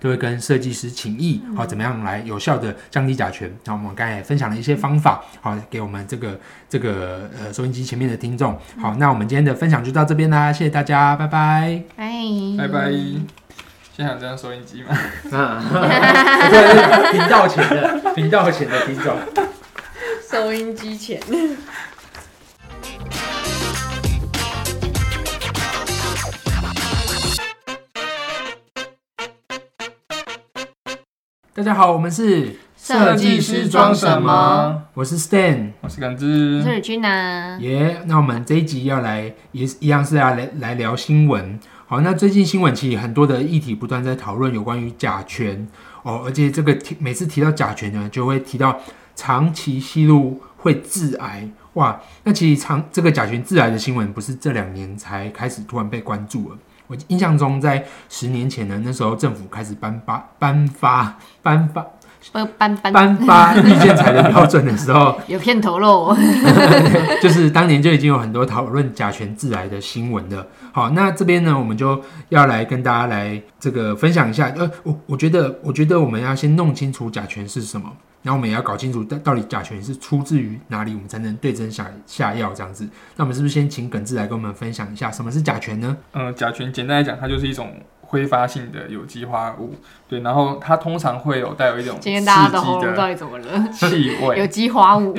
都会跟设计师请益，嗯好、怎么样来有效的降低甲醛？那我们刚才也分享了一些方法，好、给我们这个这个呃收音机前面的听众。嗯好，那我们今天的分享就到这边啦，谢谢大家，拜 拜。拜拜拜。现场这样收音机吗？啊，频道前的 频道前的听众。收音机前。大家好，我们是 设计师装什么？我是 Stan。我是耿志我，是君啊娜，耶那我们这一集要来也是一样是要来来聊新闻。好，那最近新闻其实很多的议题不断在讨论有关于甲醛哦，而且这个提每次提到甲醛呢，就会提到长期吸入会致癌。哇，那其实长这个甲醛致癌的新闻不是这两年才开始突然被关注了。我印象中，在十年前呢，那时候政府开始颁发颁发颁发班班班颁发绿建材的标准的时候，有片头喽。 就是当年就已经有很多讨论甲醛致癌的新闻了。好，那这边呢，我们就要来跟大家来这个分享一下。呃，我我觉得，我觉得我们要先弄清楚甲醛是什么，然后我们也要搞清楚到到底甲醛是出自于哪里，我们才能对症下下药这样子。那我们是不是先请耿志来跟我们分享一下什么是甲醛呢？嗯，甲醛简单来讲，它就是一种挥发性的有机化合物，对，然后它通常会有带有一种刺今天激大家的喉咙到的底怎么了？气有味，机花舞，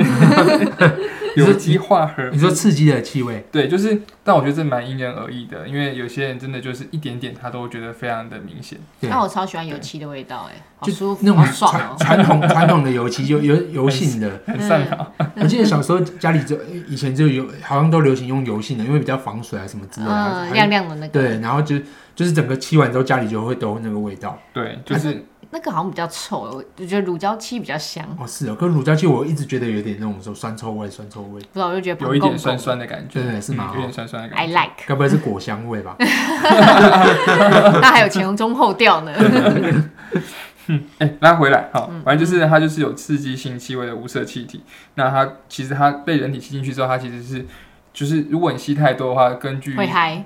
有有机化合嗯你说物。刺激的气味，对，就是，但我觉得这蛮因人而异的，因为有些人真的就是一点点，他都觉得非常的明显。对 那我超喜欢油漆的味道，哎，好就舒服，那好种爽传哦。嗯传统传统的油漆，就 油油性的。很善良，我记得小时候家里就以前就有，好像都流行用油性的，因为比较防水啊什么之类的。还嗯，是亮亮的那个，对，然后就就是整个漆完之后，家里就会都有那个味道。对，就是那个好像比较臭，我我觉得乳胶漆比较香，哦，是哦，可是乳胶漆我一直觉得有点那种说酸臭味，酸臭 味，不知道我就觉得有一点蓬酸松酸的感觉，对对是嗯蛮好有点酸酸的感，I 觉。 like。该不会是果香味吧？那还有前中后调呢，哎、拉回嗯来，好，反正就是它就是有刺激性气味的无色气体。那它其实它被人体吸进去之后，它其实是就是如果你吸太多的话，根据会嗨，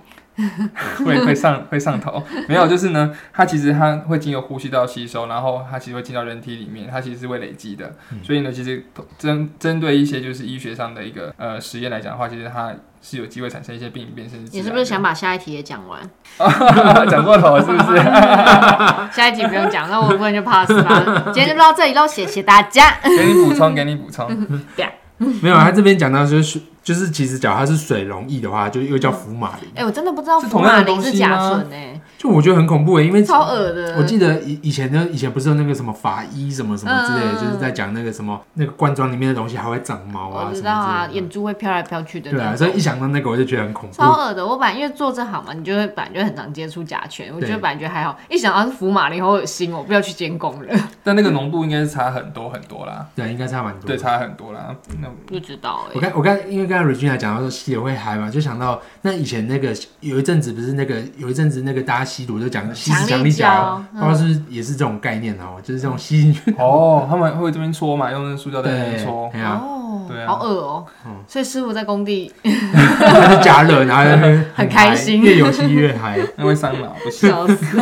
会会 上会上头，没有就是呢，它其实它会经由呼吸道吸收，然后它其实会进到人体里面，它其实是会累积的。所以呢，其实针针对一些就是医学上的一个呃实验来讲的话，其实它是有机会产生一些病变，甚至你致是癌不是的想把下一题也讲完？ 讲过头了？是不是？下一题不用讲，那我不然就 pass 吧。今天就到这里喽，谢谢大家。给你补充，给你补充。 没有，啊他这边讲到就是就是其实只要它是水溶液的话，就又叫福马林，哎，我真的不知道是福同样马的林东是西甲吗醇哎，就我觉得很恐怖欸诶，因为超恶的。我记得以以前呢，以前不是有那个什么法医什么什么之类的，嗯就是在讲那个什么那个罐装里面的东西还会长毛啊我什知么道啊，之类的。眼珠会飘来飘去的对那啊，所种。以一想到那个我就觉得很恐怖。超恶的，我本来因为做这行嘛，你就会本来就很常接触甲醛，我觉得对本来觉得还好，一想到是福马林，好恶心哦，我不要去监工了，但那个浓度应该是差很多很多啦，对，应该差蛮多的。对，差很多啦。那不知道我哎、刚我刚因为刚才 Regina 讲到说吸也会嗨嘛，就想到那以前那个有一阵子不是那个有一阵子那个大家吸毒就讲吸食强强力力胶胶，嗯不知道是不是也是这种概念哦，就是这种吸进去，哦，他们会这边搓嘛，用那个塑胶在那对边搓，，哎呀，哦对啊好恶哦、嗯所以师傅在工地它就加热，然后在那 边很嗨开心越有吸越嗨。那会伤脑，不行。笑死，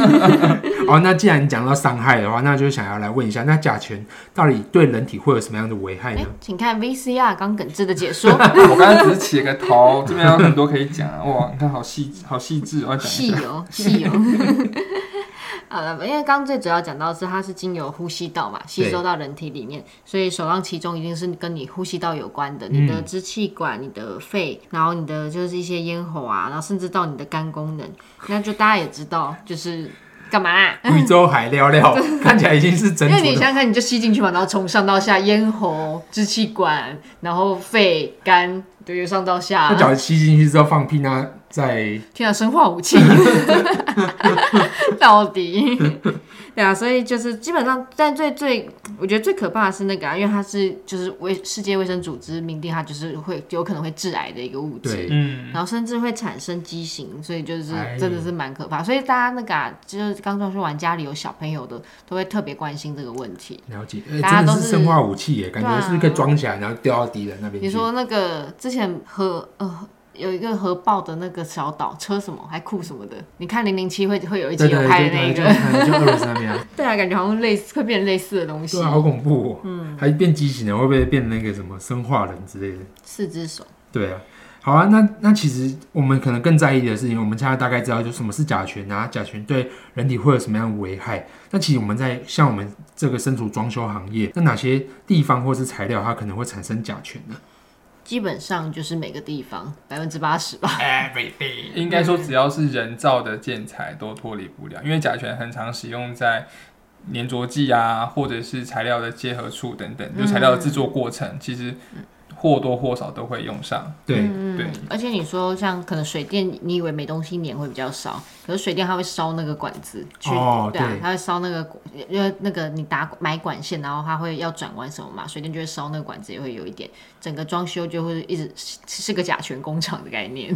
哦，那既然你讲到伤害的话，那就想要来问一下，那甲醛到底对人体会有什么样的危害 哎、呢？请看 VCR 刚耿志的解说，啊我刚刚只是起了个头，这边有很多可以讲啊，哇，你看好细好细致，我要讲一细下。油细油。 好了，因为刚刚最主要讲到是它是经由呼吸道嘛，吸收到人体里面，所以首当其冲一定是跟你呼吸道有关的，你的支气管、你的肺，然后你的就是一些咽喉啊，然后甚至到你的肝功能，那就大家也知道，就是干嘛啦？宇宙海料 料看起来已经是整哎因为你组想的，想看，你就吸进去嘛，然后从上到下，咽喉、支气管，然后肺、肝，对，由上到下那，脚吸进去之后放屁，那在天啊，生化 武器，到底？对啊，所以就是基本上，但最最，我觉得最可怕的是那个啊，因为它是就是卫世界卫生组织明定它就是会有可能会致癌的一个物质。对，嗯，然后甚至会产生畸形，所以就是哎真的是蛮可怕。所以大家那个、啊、就是刚装修完家里有小朋友的，都会特别关心这个问题。了解，哎大家真的都是是生化武器耶，感对啊觉是不是可以装起来，然后掉到敌人那边去？你说那个之前核呃有一个核爆的那个小岛，车什么还酷什么的，你看零零七会会有一集对有对对拍的对，那就个，就俄罗斯那边啊， 对啊，感觉好像类似会变成类似的东西对啊，，好恐怖、哦，嗯，还变畸形了，会不会变那个什么生化人之类的？四只手，对啊，好啊，那那其实我们可能更在意的事情，我们现在大概知道就什么是甲醛啊，甲醛对人体会有什么样的危害。那其实我们在像我们这个身处装修行业，那哪些地方或是材料它可能会产生甲醛呢基本上就是每个地方百分之八十吧。 ？Everything，应该说只要是人造的建材都脱离不了，因为甲醛很常使用在粘着剂啊，或者是材料的结合处等等，嗯就材料的制作过程，其实或多或少都会用上。对，对嗯，而且你说像可能水电，你以为没东西粘会比较少，可是水电它会烧那个管子去，哦对啊对，它会烧那个管，因为那个你打买管线，然后它会要转弯什么嘛，水电就会烧那个管子，也会有一点，整个装修就会一直是是个甲醛工厂的概念。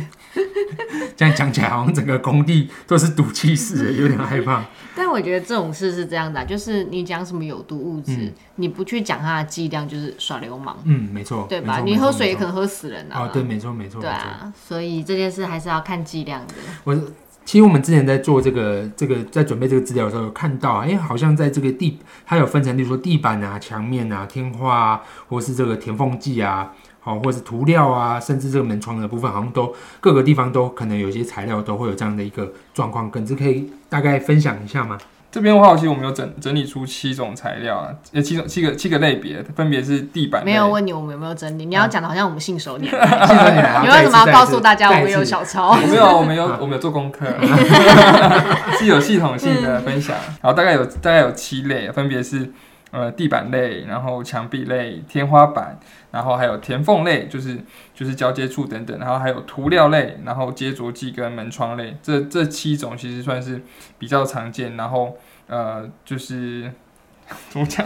这样讲起来好像整个工地都是毒气室的，有点害怕。 但我觉得这种事是这样的啊、就是你讲什么有毒物质，你不去讲它的剂量，就是耍流氓，嗯，没错，对没吧？错你喝水也可没错能喝死人啊。哦，对，没错，没错，啊对没错。啊，所以这件事还是要看剂量的。我其实我们之前在做这个这个在准备这个资料的时候，有看到，哎，好像在这个地它有分成，例如说地板啊、墙面啊、天花啊，或是这个填缝剂啊，好、或是涂料啊，甚至这个门窗的部分，好像都各个地方都可能有一些材料都会有这样的一个状况，耿直可以大概分享一下吗？这边的话，其实我们有整整理出七种材料啊，呃，七种七个七个类别，分别是地板类没有问你我们有没有整理，你要讲的好像我们信手拈 来。谢谢你 啊你为什么要告诉大家我再一次们有小抄？ 没有，啊我们有我们有做功课， 是有系统性的分享。然后大概有大概有七类，分别是呃地板类，然后墙壁类、天花板，然后还有填缝类，就是就是交接处等等，然后还有涂料类，然后接着剂跟门窗类，这这七种其实算是比较常见。然后呃就是。 怎么讲？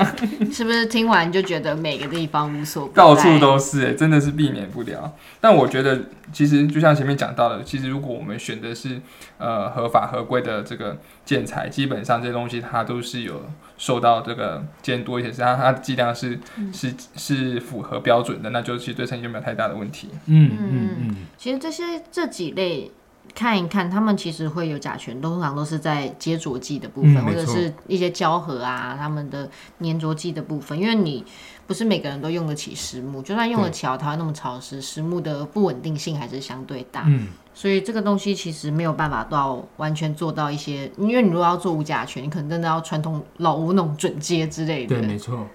是不是听完就觉得每个地方无所不在？到处都是、欸，真的是避免不了。但我觉得，其实就像前面讲到的，其实如果我们选的是呃合法合规的这个建材，基本上这些东西它都是有受到这个监督，而且是它它的剂量是是是符合标准的，那就其实对身体就没有太大的问题。嗯嗯嗯，其实这些这几类看一看，他们其实会有甲醛，通常都是在接着剂的部分，嗯或没者错是一些胶合啊，他们的粘着剂的部分，因为你。不是每个人都用得起实木，就算用得起啊，台湾那么潮湿，实木的不稳定性还是相对大，嗯，所以这个东西其实没有办法到完全做到一些，因为你如果要做无甲醛，你可能真的要传统老屋那种准阶之类的对，，没错。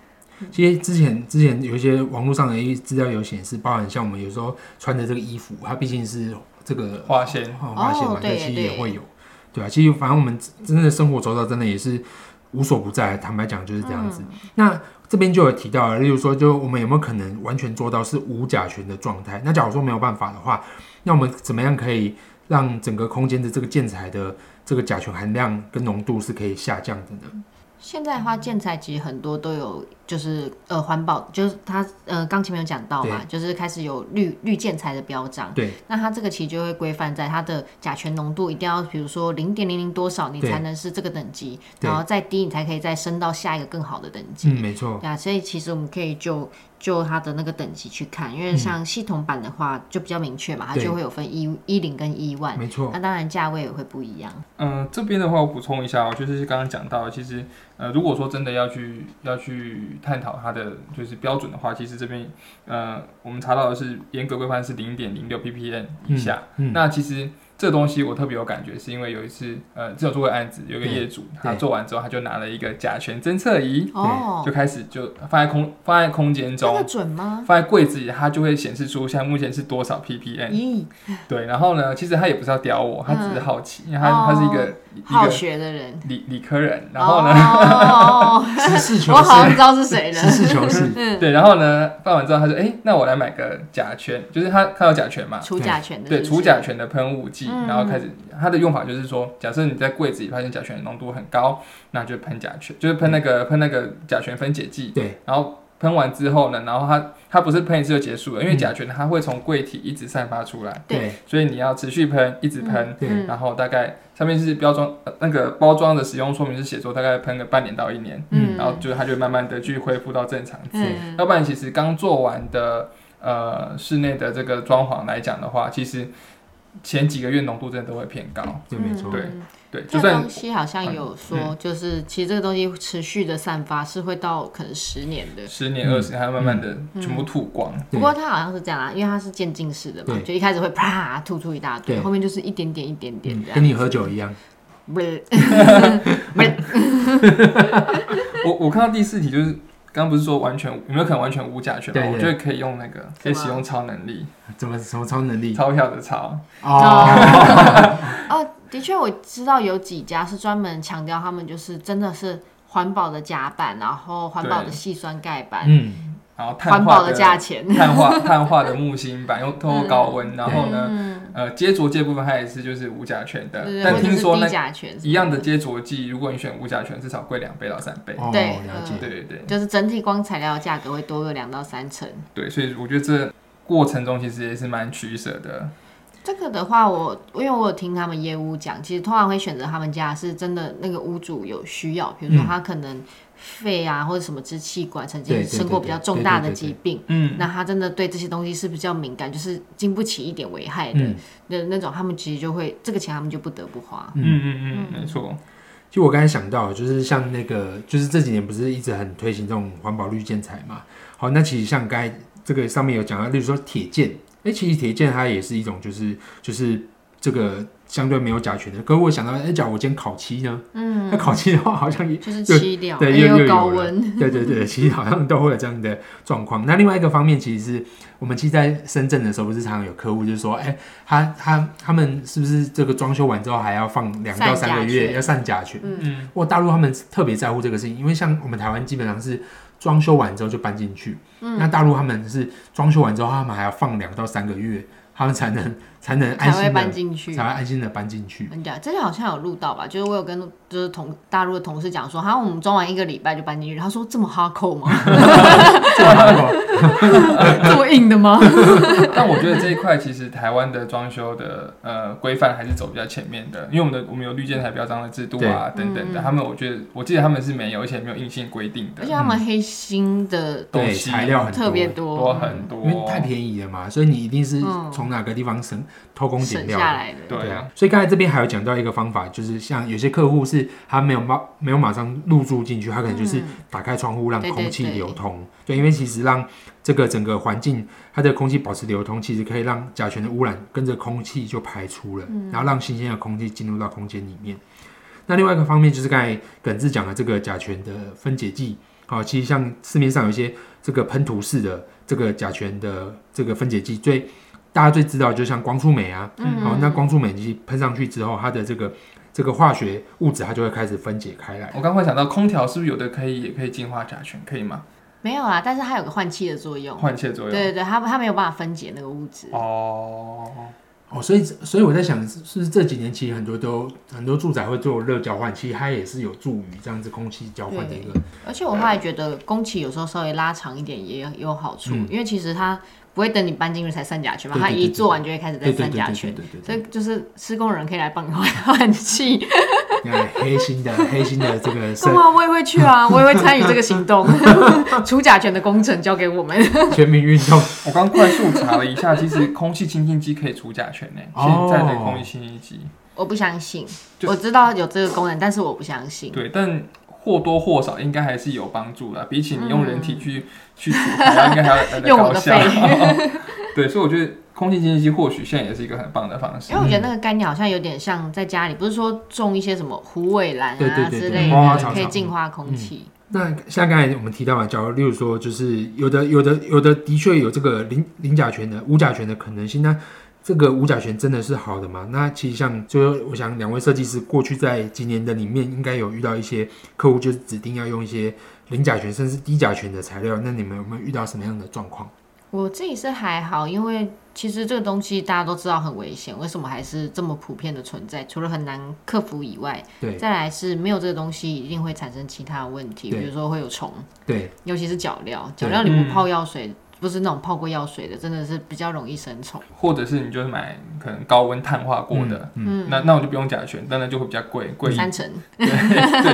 其实之前之前有一些网络上的一些资料有显示，包含像我们有时候穿的这个衣服，它毕竟是这个化纤哦化纤嘛哦，对，对其实对也会有，对啊，其实反正我们真的生活周遭真的也是无所不在，坦白讲就是这样子。那这边就有提到了，例如说，就我们有没有可能完全做到是无甲醛的状态？那假如说没有办法的话，那我们怎么样可以让整个空间的这个建材的这个甲醛含量跟浓度是可以下降的呢？现在的话，建材其实很多都有，就是呃环保，就是它呃刚前面有讲到嘛，就是开始有绿绿建材的标章。对，那它这个其实就会规范在它的甲醛浓度一定要，比如说零点零零多少，你对才能是这个等级，对然后再低你才可以再升到下一个更好的等级。嗯，没错，对啊，所以其实我们可以就就它的那个等级去看，因为像系统版的话就比较明确嘛，它嗯对就会有分一一零跟一万，没错，那当然价位也会不一样。嗯、这边的话我补充一下哦，就是刚刚讲到，其实呃，如果说真的要去要去探讨它的就是标准的话，其实这边呃，我们查到的是严格规范是零点零六 ppm 以下。嗯，嗯那其实这东西我特别有感觉，是因为有一次，呃，之前有做过案子，有一个对业主他对做完之后，他就拿了一个甲醛侦测仪，哦就，开始就放在空放在空间这个中，准吗？放在柜子里，它就会显示出现在目前是多少 ppm。咦，对，然后呢，其实他也不是要屌我，他只是好奇，因为他哦他是一个一好个学的人。理理科人，然后呢，哦， 实事求我好像是，知道是谁了实。嗯事求是。对，然后呢，放完之后他说，哎，那我来买个甲醛，就是他看到甲醛嘛，除甲醛的，对，嗯是不是除甲醛的喷雾剂，嗯然后开始它的用法就是说，假设你在柜子里发现甲醛的浓度很高，那就喷甲醛，就是喷那个嗯喷那个甲醛分解剂，对，然后喷完之后呢，然后它它不是喷一次就结束了，因为甲醛它会从柜体一直散发出来，对所以你要持续喷，一直喷。对嗯然后大概上面是标装、呃那个包装的使用说明是写说大概喷个半年到一年，嗯然后就是它就会慢慢的去恢复到正常值。嗯要不然其实刚做完的呃室内的这个装潢来讲的话，其实前几个月浓度真的都会偏高。对，没错，对嗯对，就这算嗯东西好像有说，就是其实这个东西持续的散发是会到可能十年的。十年二十，嗯它会慢慢的全部吐光。对不过它好像是这样啊啦，因为它是渐进式的嘛对，就一开始会啪吐出一大堆，对后面就是一点点一点点嗯这样跟。你喝酒一样，不是我我看到第四题就是，刚刚不是说完全有没有可能完全无甲醛对吗？对我觉得可以用那个，可以使用超能力，怎么什么超能力？钞票的钞。哦， 哦，的确我知道有几家是专门强调他们就是真的是环保的甲板，然后环保的对细酸钙板，嗯，然后碳环保化的价钱。碳化碳化的木芯板，用透过高温，然后呢，嗯，呃，接着剂部分它也是就是无甲醛的对，对，但或者听是说那低甲醛什么一样的，接着剂，如果你选无甲醛，至少贵两倍到三倍。哦，对了解对，嗯对对就是整体光材料的价格会多个两到三成。对，所以我觉得这过程中其实也是蛮取舍的。这个的话我，因为我有听他们业务讲，其实通常会选择他们家是真的那个屋主有需要，比如说他可能肺啊或者什么支气管曾对经对对生过比较重大的疾病，嗯，那他真的对这些东西是比较敏感，就是经不起一点危害的、嗯那那种，他们其实就会这个钱他们就不得不花。嗯嗯嗯，没错。就我刚才想到，就是像那个，就是这几年不是一直很推行这种环保绿建材嘛？好，那其实像刚才这个上面有讲到，例如说铁件，哎、其实铁件它也是一种，就是就是这个相对没有甲醛的。可是我想到，哎、假如我今天烤漆呢？嗯，那烤漆的话好像也，就是凄凉，对又又又有有哎高了 温，对对对，其实好像都会有这样的状况。那另外一个方面，其实是我们其实在深圳的时候，不是常常有客户就是说，哎、他他他们是不是这个装修完之后还要放两到三个散甲月醛要散甲醛？嗯，我大陆他们特别在乎这个事情，因为像我们台湾基本上是装修完之后就搬进去，嗯那大陆他们是装修完之后，他们还要放两到三个月，他们才能才能安才会心搬的进去。会安心的搬进去。人家之前好像有录到吧，就是我有跟就是同大陆的同事讲说，好像我们装完一个礼拜就搬进去，他说这么哈扣吗？ 这么硬的吗？但我觉得这一块其实台湾的装修的呃规范还是走比较前面的，因为我们的我们有绿建材标章的制度啊等等的，他们我觉得我记得他们是没有，而且没有硬性规定的而且，他们黑心的东对，西材料嗯很特别多多多，很多，嗯因为太便宜了嘛，所以你一定是嗯从哪个地方省偷工减省料下的。来的。对对啊，啊，所以刚才这边还有讲到一个方法，就是像有些客户是他没有马没有马上入住进去，他可能就是打开窗户让对对空气对流通。对，因为其实让这个整个环境它的空气保持流通，其实可以让甲醛的污染跟着空气就排出了，然后让新鲜的空气进入到空间里面。那另外一个方面就是刚才耿志讲的这个甲醛的分解剂，好、其实像市面上有一些这个喷涂式的这个甲醛的这个分解剂，最大家最知道就像光触媒啊，嗯好、那光触媒剂喷上去之后，它的这个这个化学物质它就会开始分解开来。我刚会想到空调是不是有的可以也可以净化甲醛，可以吗？没有啊啦，但是它有个换气的作用。换气啊作对对用。对，它它没有办法分解那个物质。哦，哦，所以所以我在想，是是不是这几年其实很多都很多住宅会做热交换，其实它也是有助于这样子空气交换的一个，而且我后来觉得工期有时候稍微拉长一点也有好处，因为其实它不会等你搬进去才散甲醛嘛，嗯对它对对一对做完就会开始在对对对散对甲对醛对。对所对以就是施工人可以来帮你换换气，对，哎黑心的黑心的这个干社嘛我也会去 啊，我也会参与这个行动，除甲醛的工程交给我们。 全民运动，我刚快速查了一下，其实空气清新机可以除甲醛呢、哦现在的空气清新机，我不相信，就我知道有这个功能，但是我不相信。对，但或多或少应该还是有帮助的，比起你用人体去、去除，好像应该还要来得嗯用我高的效肺。对，所以我觉得空气清新机或许现在也是一个很棒的方式因为。我觉嗯得那个概念好像有点像在家里，不是说种一些什么虎尾兰对对啊对之对类花花的，草嗯可以草净化空气。那像刚才我们提到的，假如例如说，就是有的、有的、有的的确有这个零零甲醛的、无甲醛的可能性。那这个无甲醛真的是好的吗？那其实像，就是我想两位设计师过去在几年的里面，应该有遇到一些客户就是指定要用一些零甲醛甚至低甲醛的材料。那你们有没有遇到什么样的状况？我自己是还好，因为其实这个东西大家都知道很危险，为什么还是这么普遍的存在？除了很难克服以外，对再来是没有这个东西，一定会产生其他的问题，对比如说会有虫，对，尤其是脚镣，脚对镣你不嗯泡药水，不是那种泡过药水的，真的是比较容易生虫。或者是你就是买可能高温碳化过的，嗯，那那我就不用甲醛，但那就会比较贵，贵 一三成，对，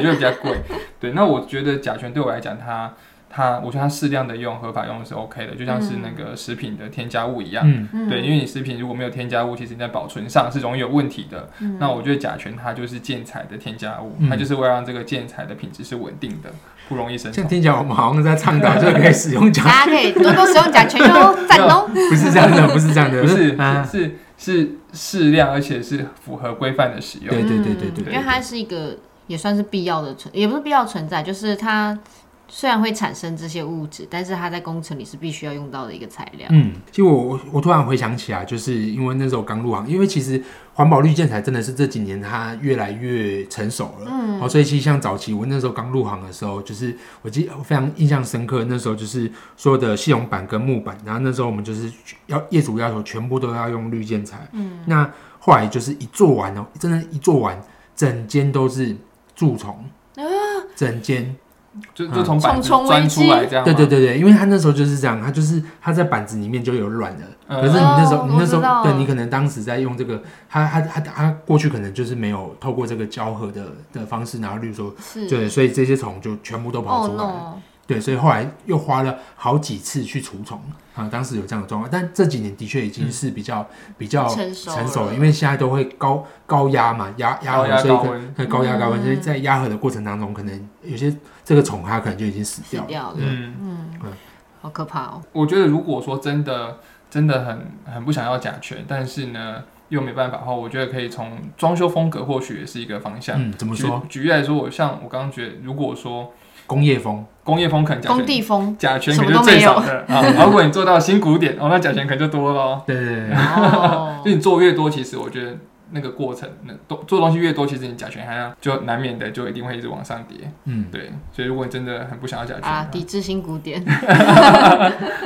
就会比较贵。对，那我觉得甲醛对我来讲，它它我觉得它适量的用、合法用是 OK 的，就像是那个食品的添加物一样。嗯嗯对，因为你食品如果没有添加物，其实你在保存上是容易有问题的。那我觉得甲醛它就是建材的添加物，嗯它就是为了让这个建材的品质是稳定的，不容易生这虫样。听起来我们好像在倡导这个可以使用 甲，大家可以多多使用甲醛哦，赞哦。不是这样的，不是这样的，不是啊，是是适量，而且是符合规范的使用。对对对对嗯对因对，为它是一个也算是必要的存，也不是必要存在，就是它虽然会产生这些物质，但是它在工程里是必须要用到的一个材料。嗯，其实我我我突然回想起来，就是因为那时候刚入行，因为其实环保绿建材真的是这几年它越来越成熟了，嗯，哦，所以其实像早期我那时候刚入行的时候，就是我记我非常印象深刻，那时候就是所有的系统板跟木板，然后那时候我们就是要业主要求全部都要用绿建材，嗯，那后来就是一做完哦，真的，一做完整间都是蛀虫，整间。就就从板子虫虫危钻机出来这啊样吗。对对对对，因为他那时候就是这样，他就是他在板子里面就有软的，嗯可是你那时候、哦你那时我知道候对你可能当时在用这个，他他他他过去可能就是没有透过这个胶合的的方式，然后例如说，是，对，所以这些虫嗯就全部都跑哦出来了。 no，对，所以后来又花了好几次去除虫啊，当时有这样的状况，但这几年的确已嗯经是比较、比较成熟了成熟了，因为现在都会高高压嘛，压压高压合，所以高可温对高压高温，嗯所以在压合的过程当中，可能有些这个虫它可能就已经死死掉了。掉了，嗯，好可怕哦。我觉得如果说真的真的很很不想要甲醛，但是呢又没办法的话，我觉得可以从装修风格或许也是一个方向。嗯，怎么举说？举例来说，我像我刚刚觉得，如果说工业风，工业风可能甲工醛地风，甲醛可能就最少 的啊，然后如果你做到新古典，哦，那甲醛可能就多了哦。对对 对对，哦就，你做越多，其实我觉得那个过程，那做做东西越多，其实你甲醛含量就难免的就一定会一直往上叠。嗯，对，所以如果你真的很不想要甲醛，啊，抵制新古 典，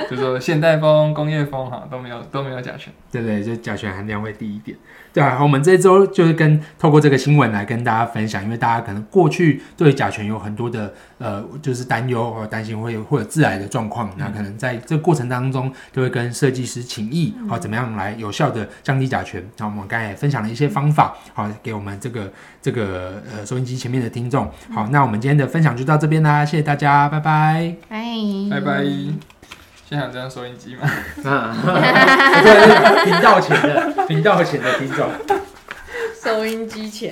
就说现代风、工业风哈都没有都没有甲醛。对对，就甲醛含量会低一点。对啊，好我们这周就是跟透过这个新闻来跟大家分享，因为大家可能过去对甲醛有很多的呃，就是担忧或担心会有或者致癌的状况，那可能在这个过程当中就会跟设计师请益，好、怎么样来有效的降低甲醛。那我们刚才也分享了一些方法，好、给我们这个这个呃收音机前面的听众。好，那我们今天的分享就到这边啦，谢谢大家，拜拜。拜哎拜拜。现在有这样收音机吗？啊， 对，频道前的频道前的听众。收音机前。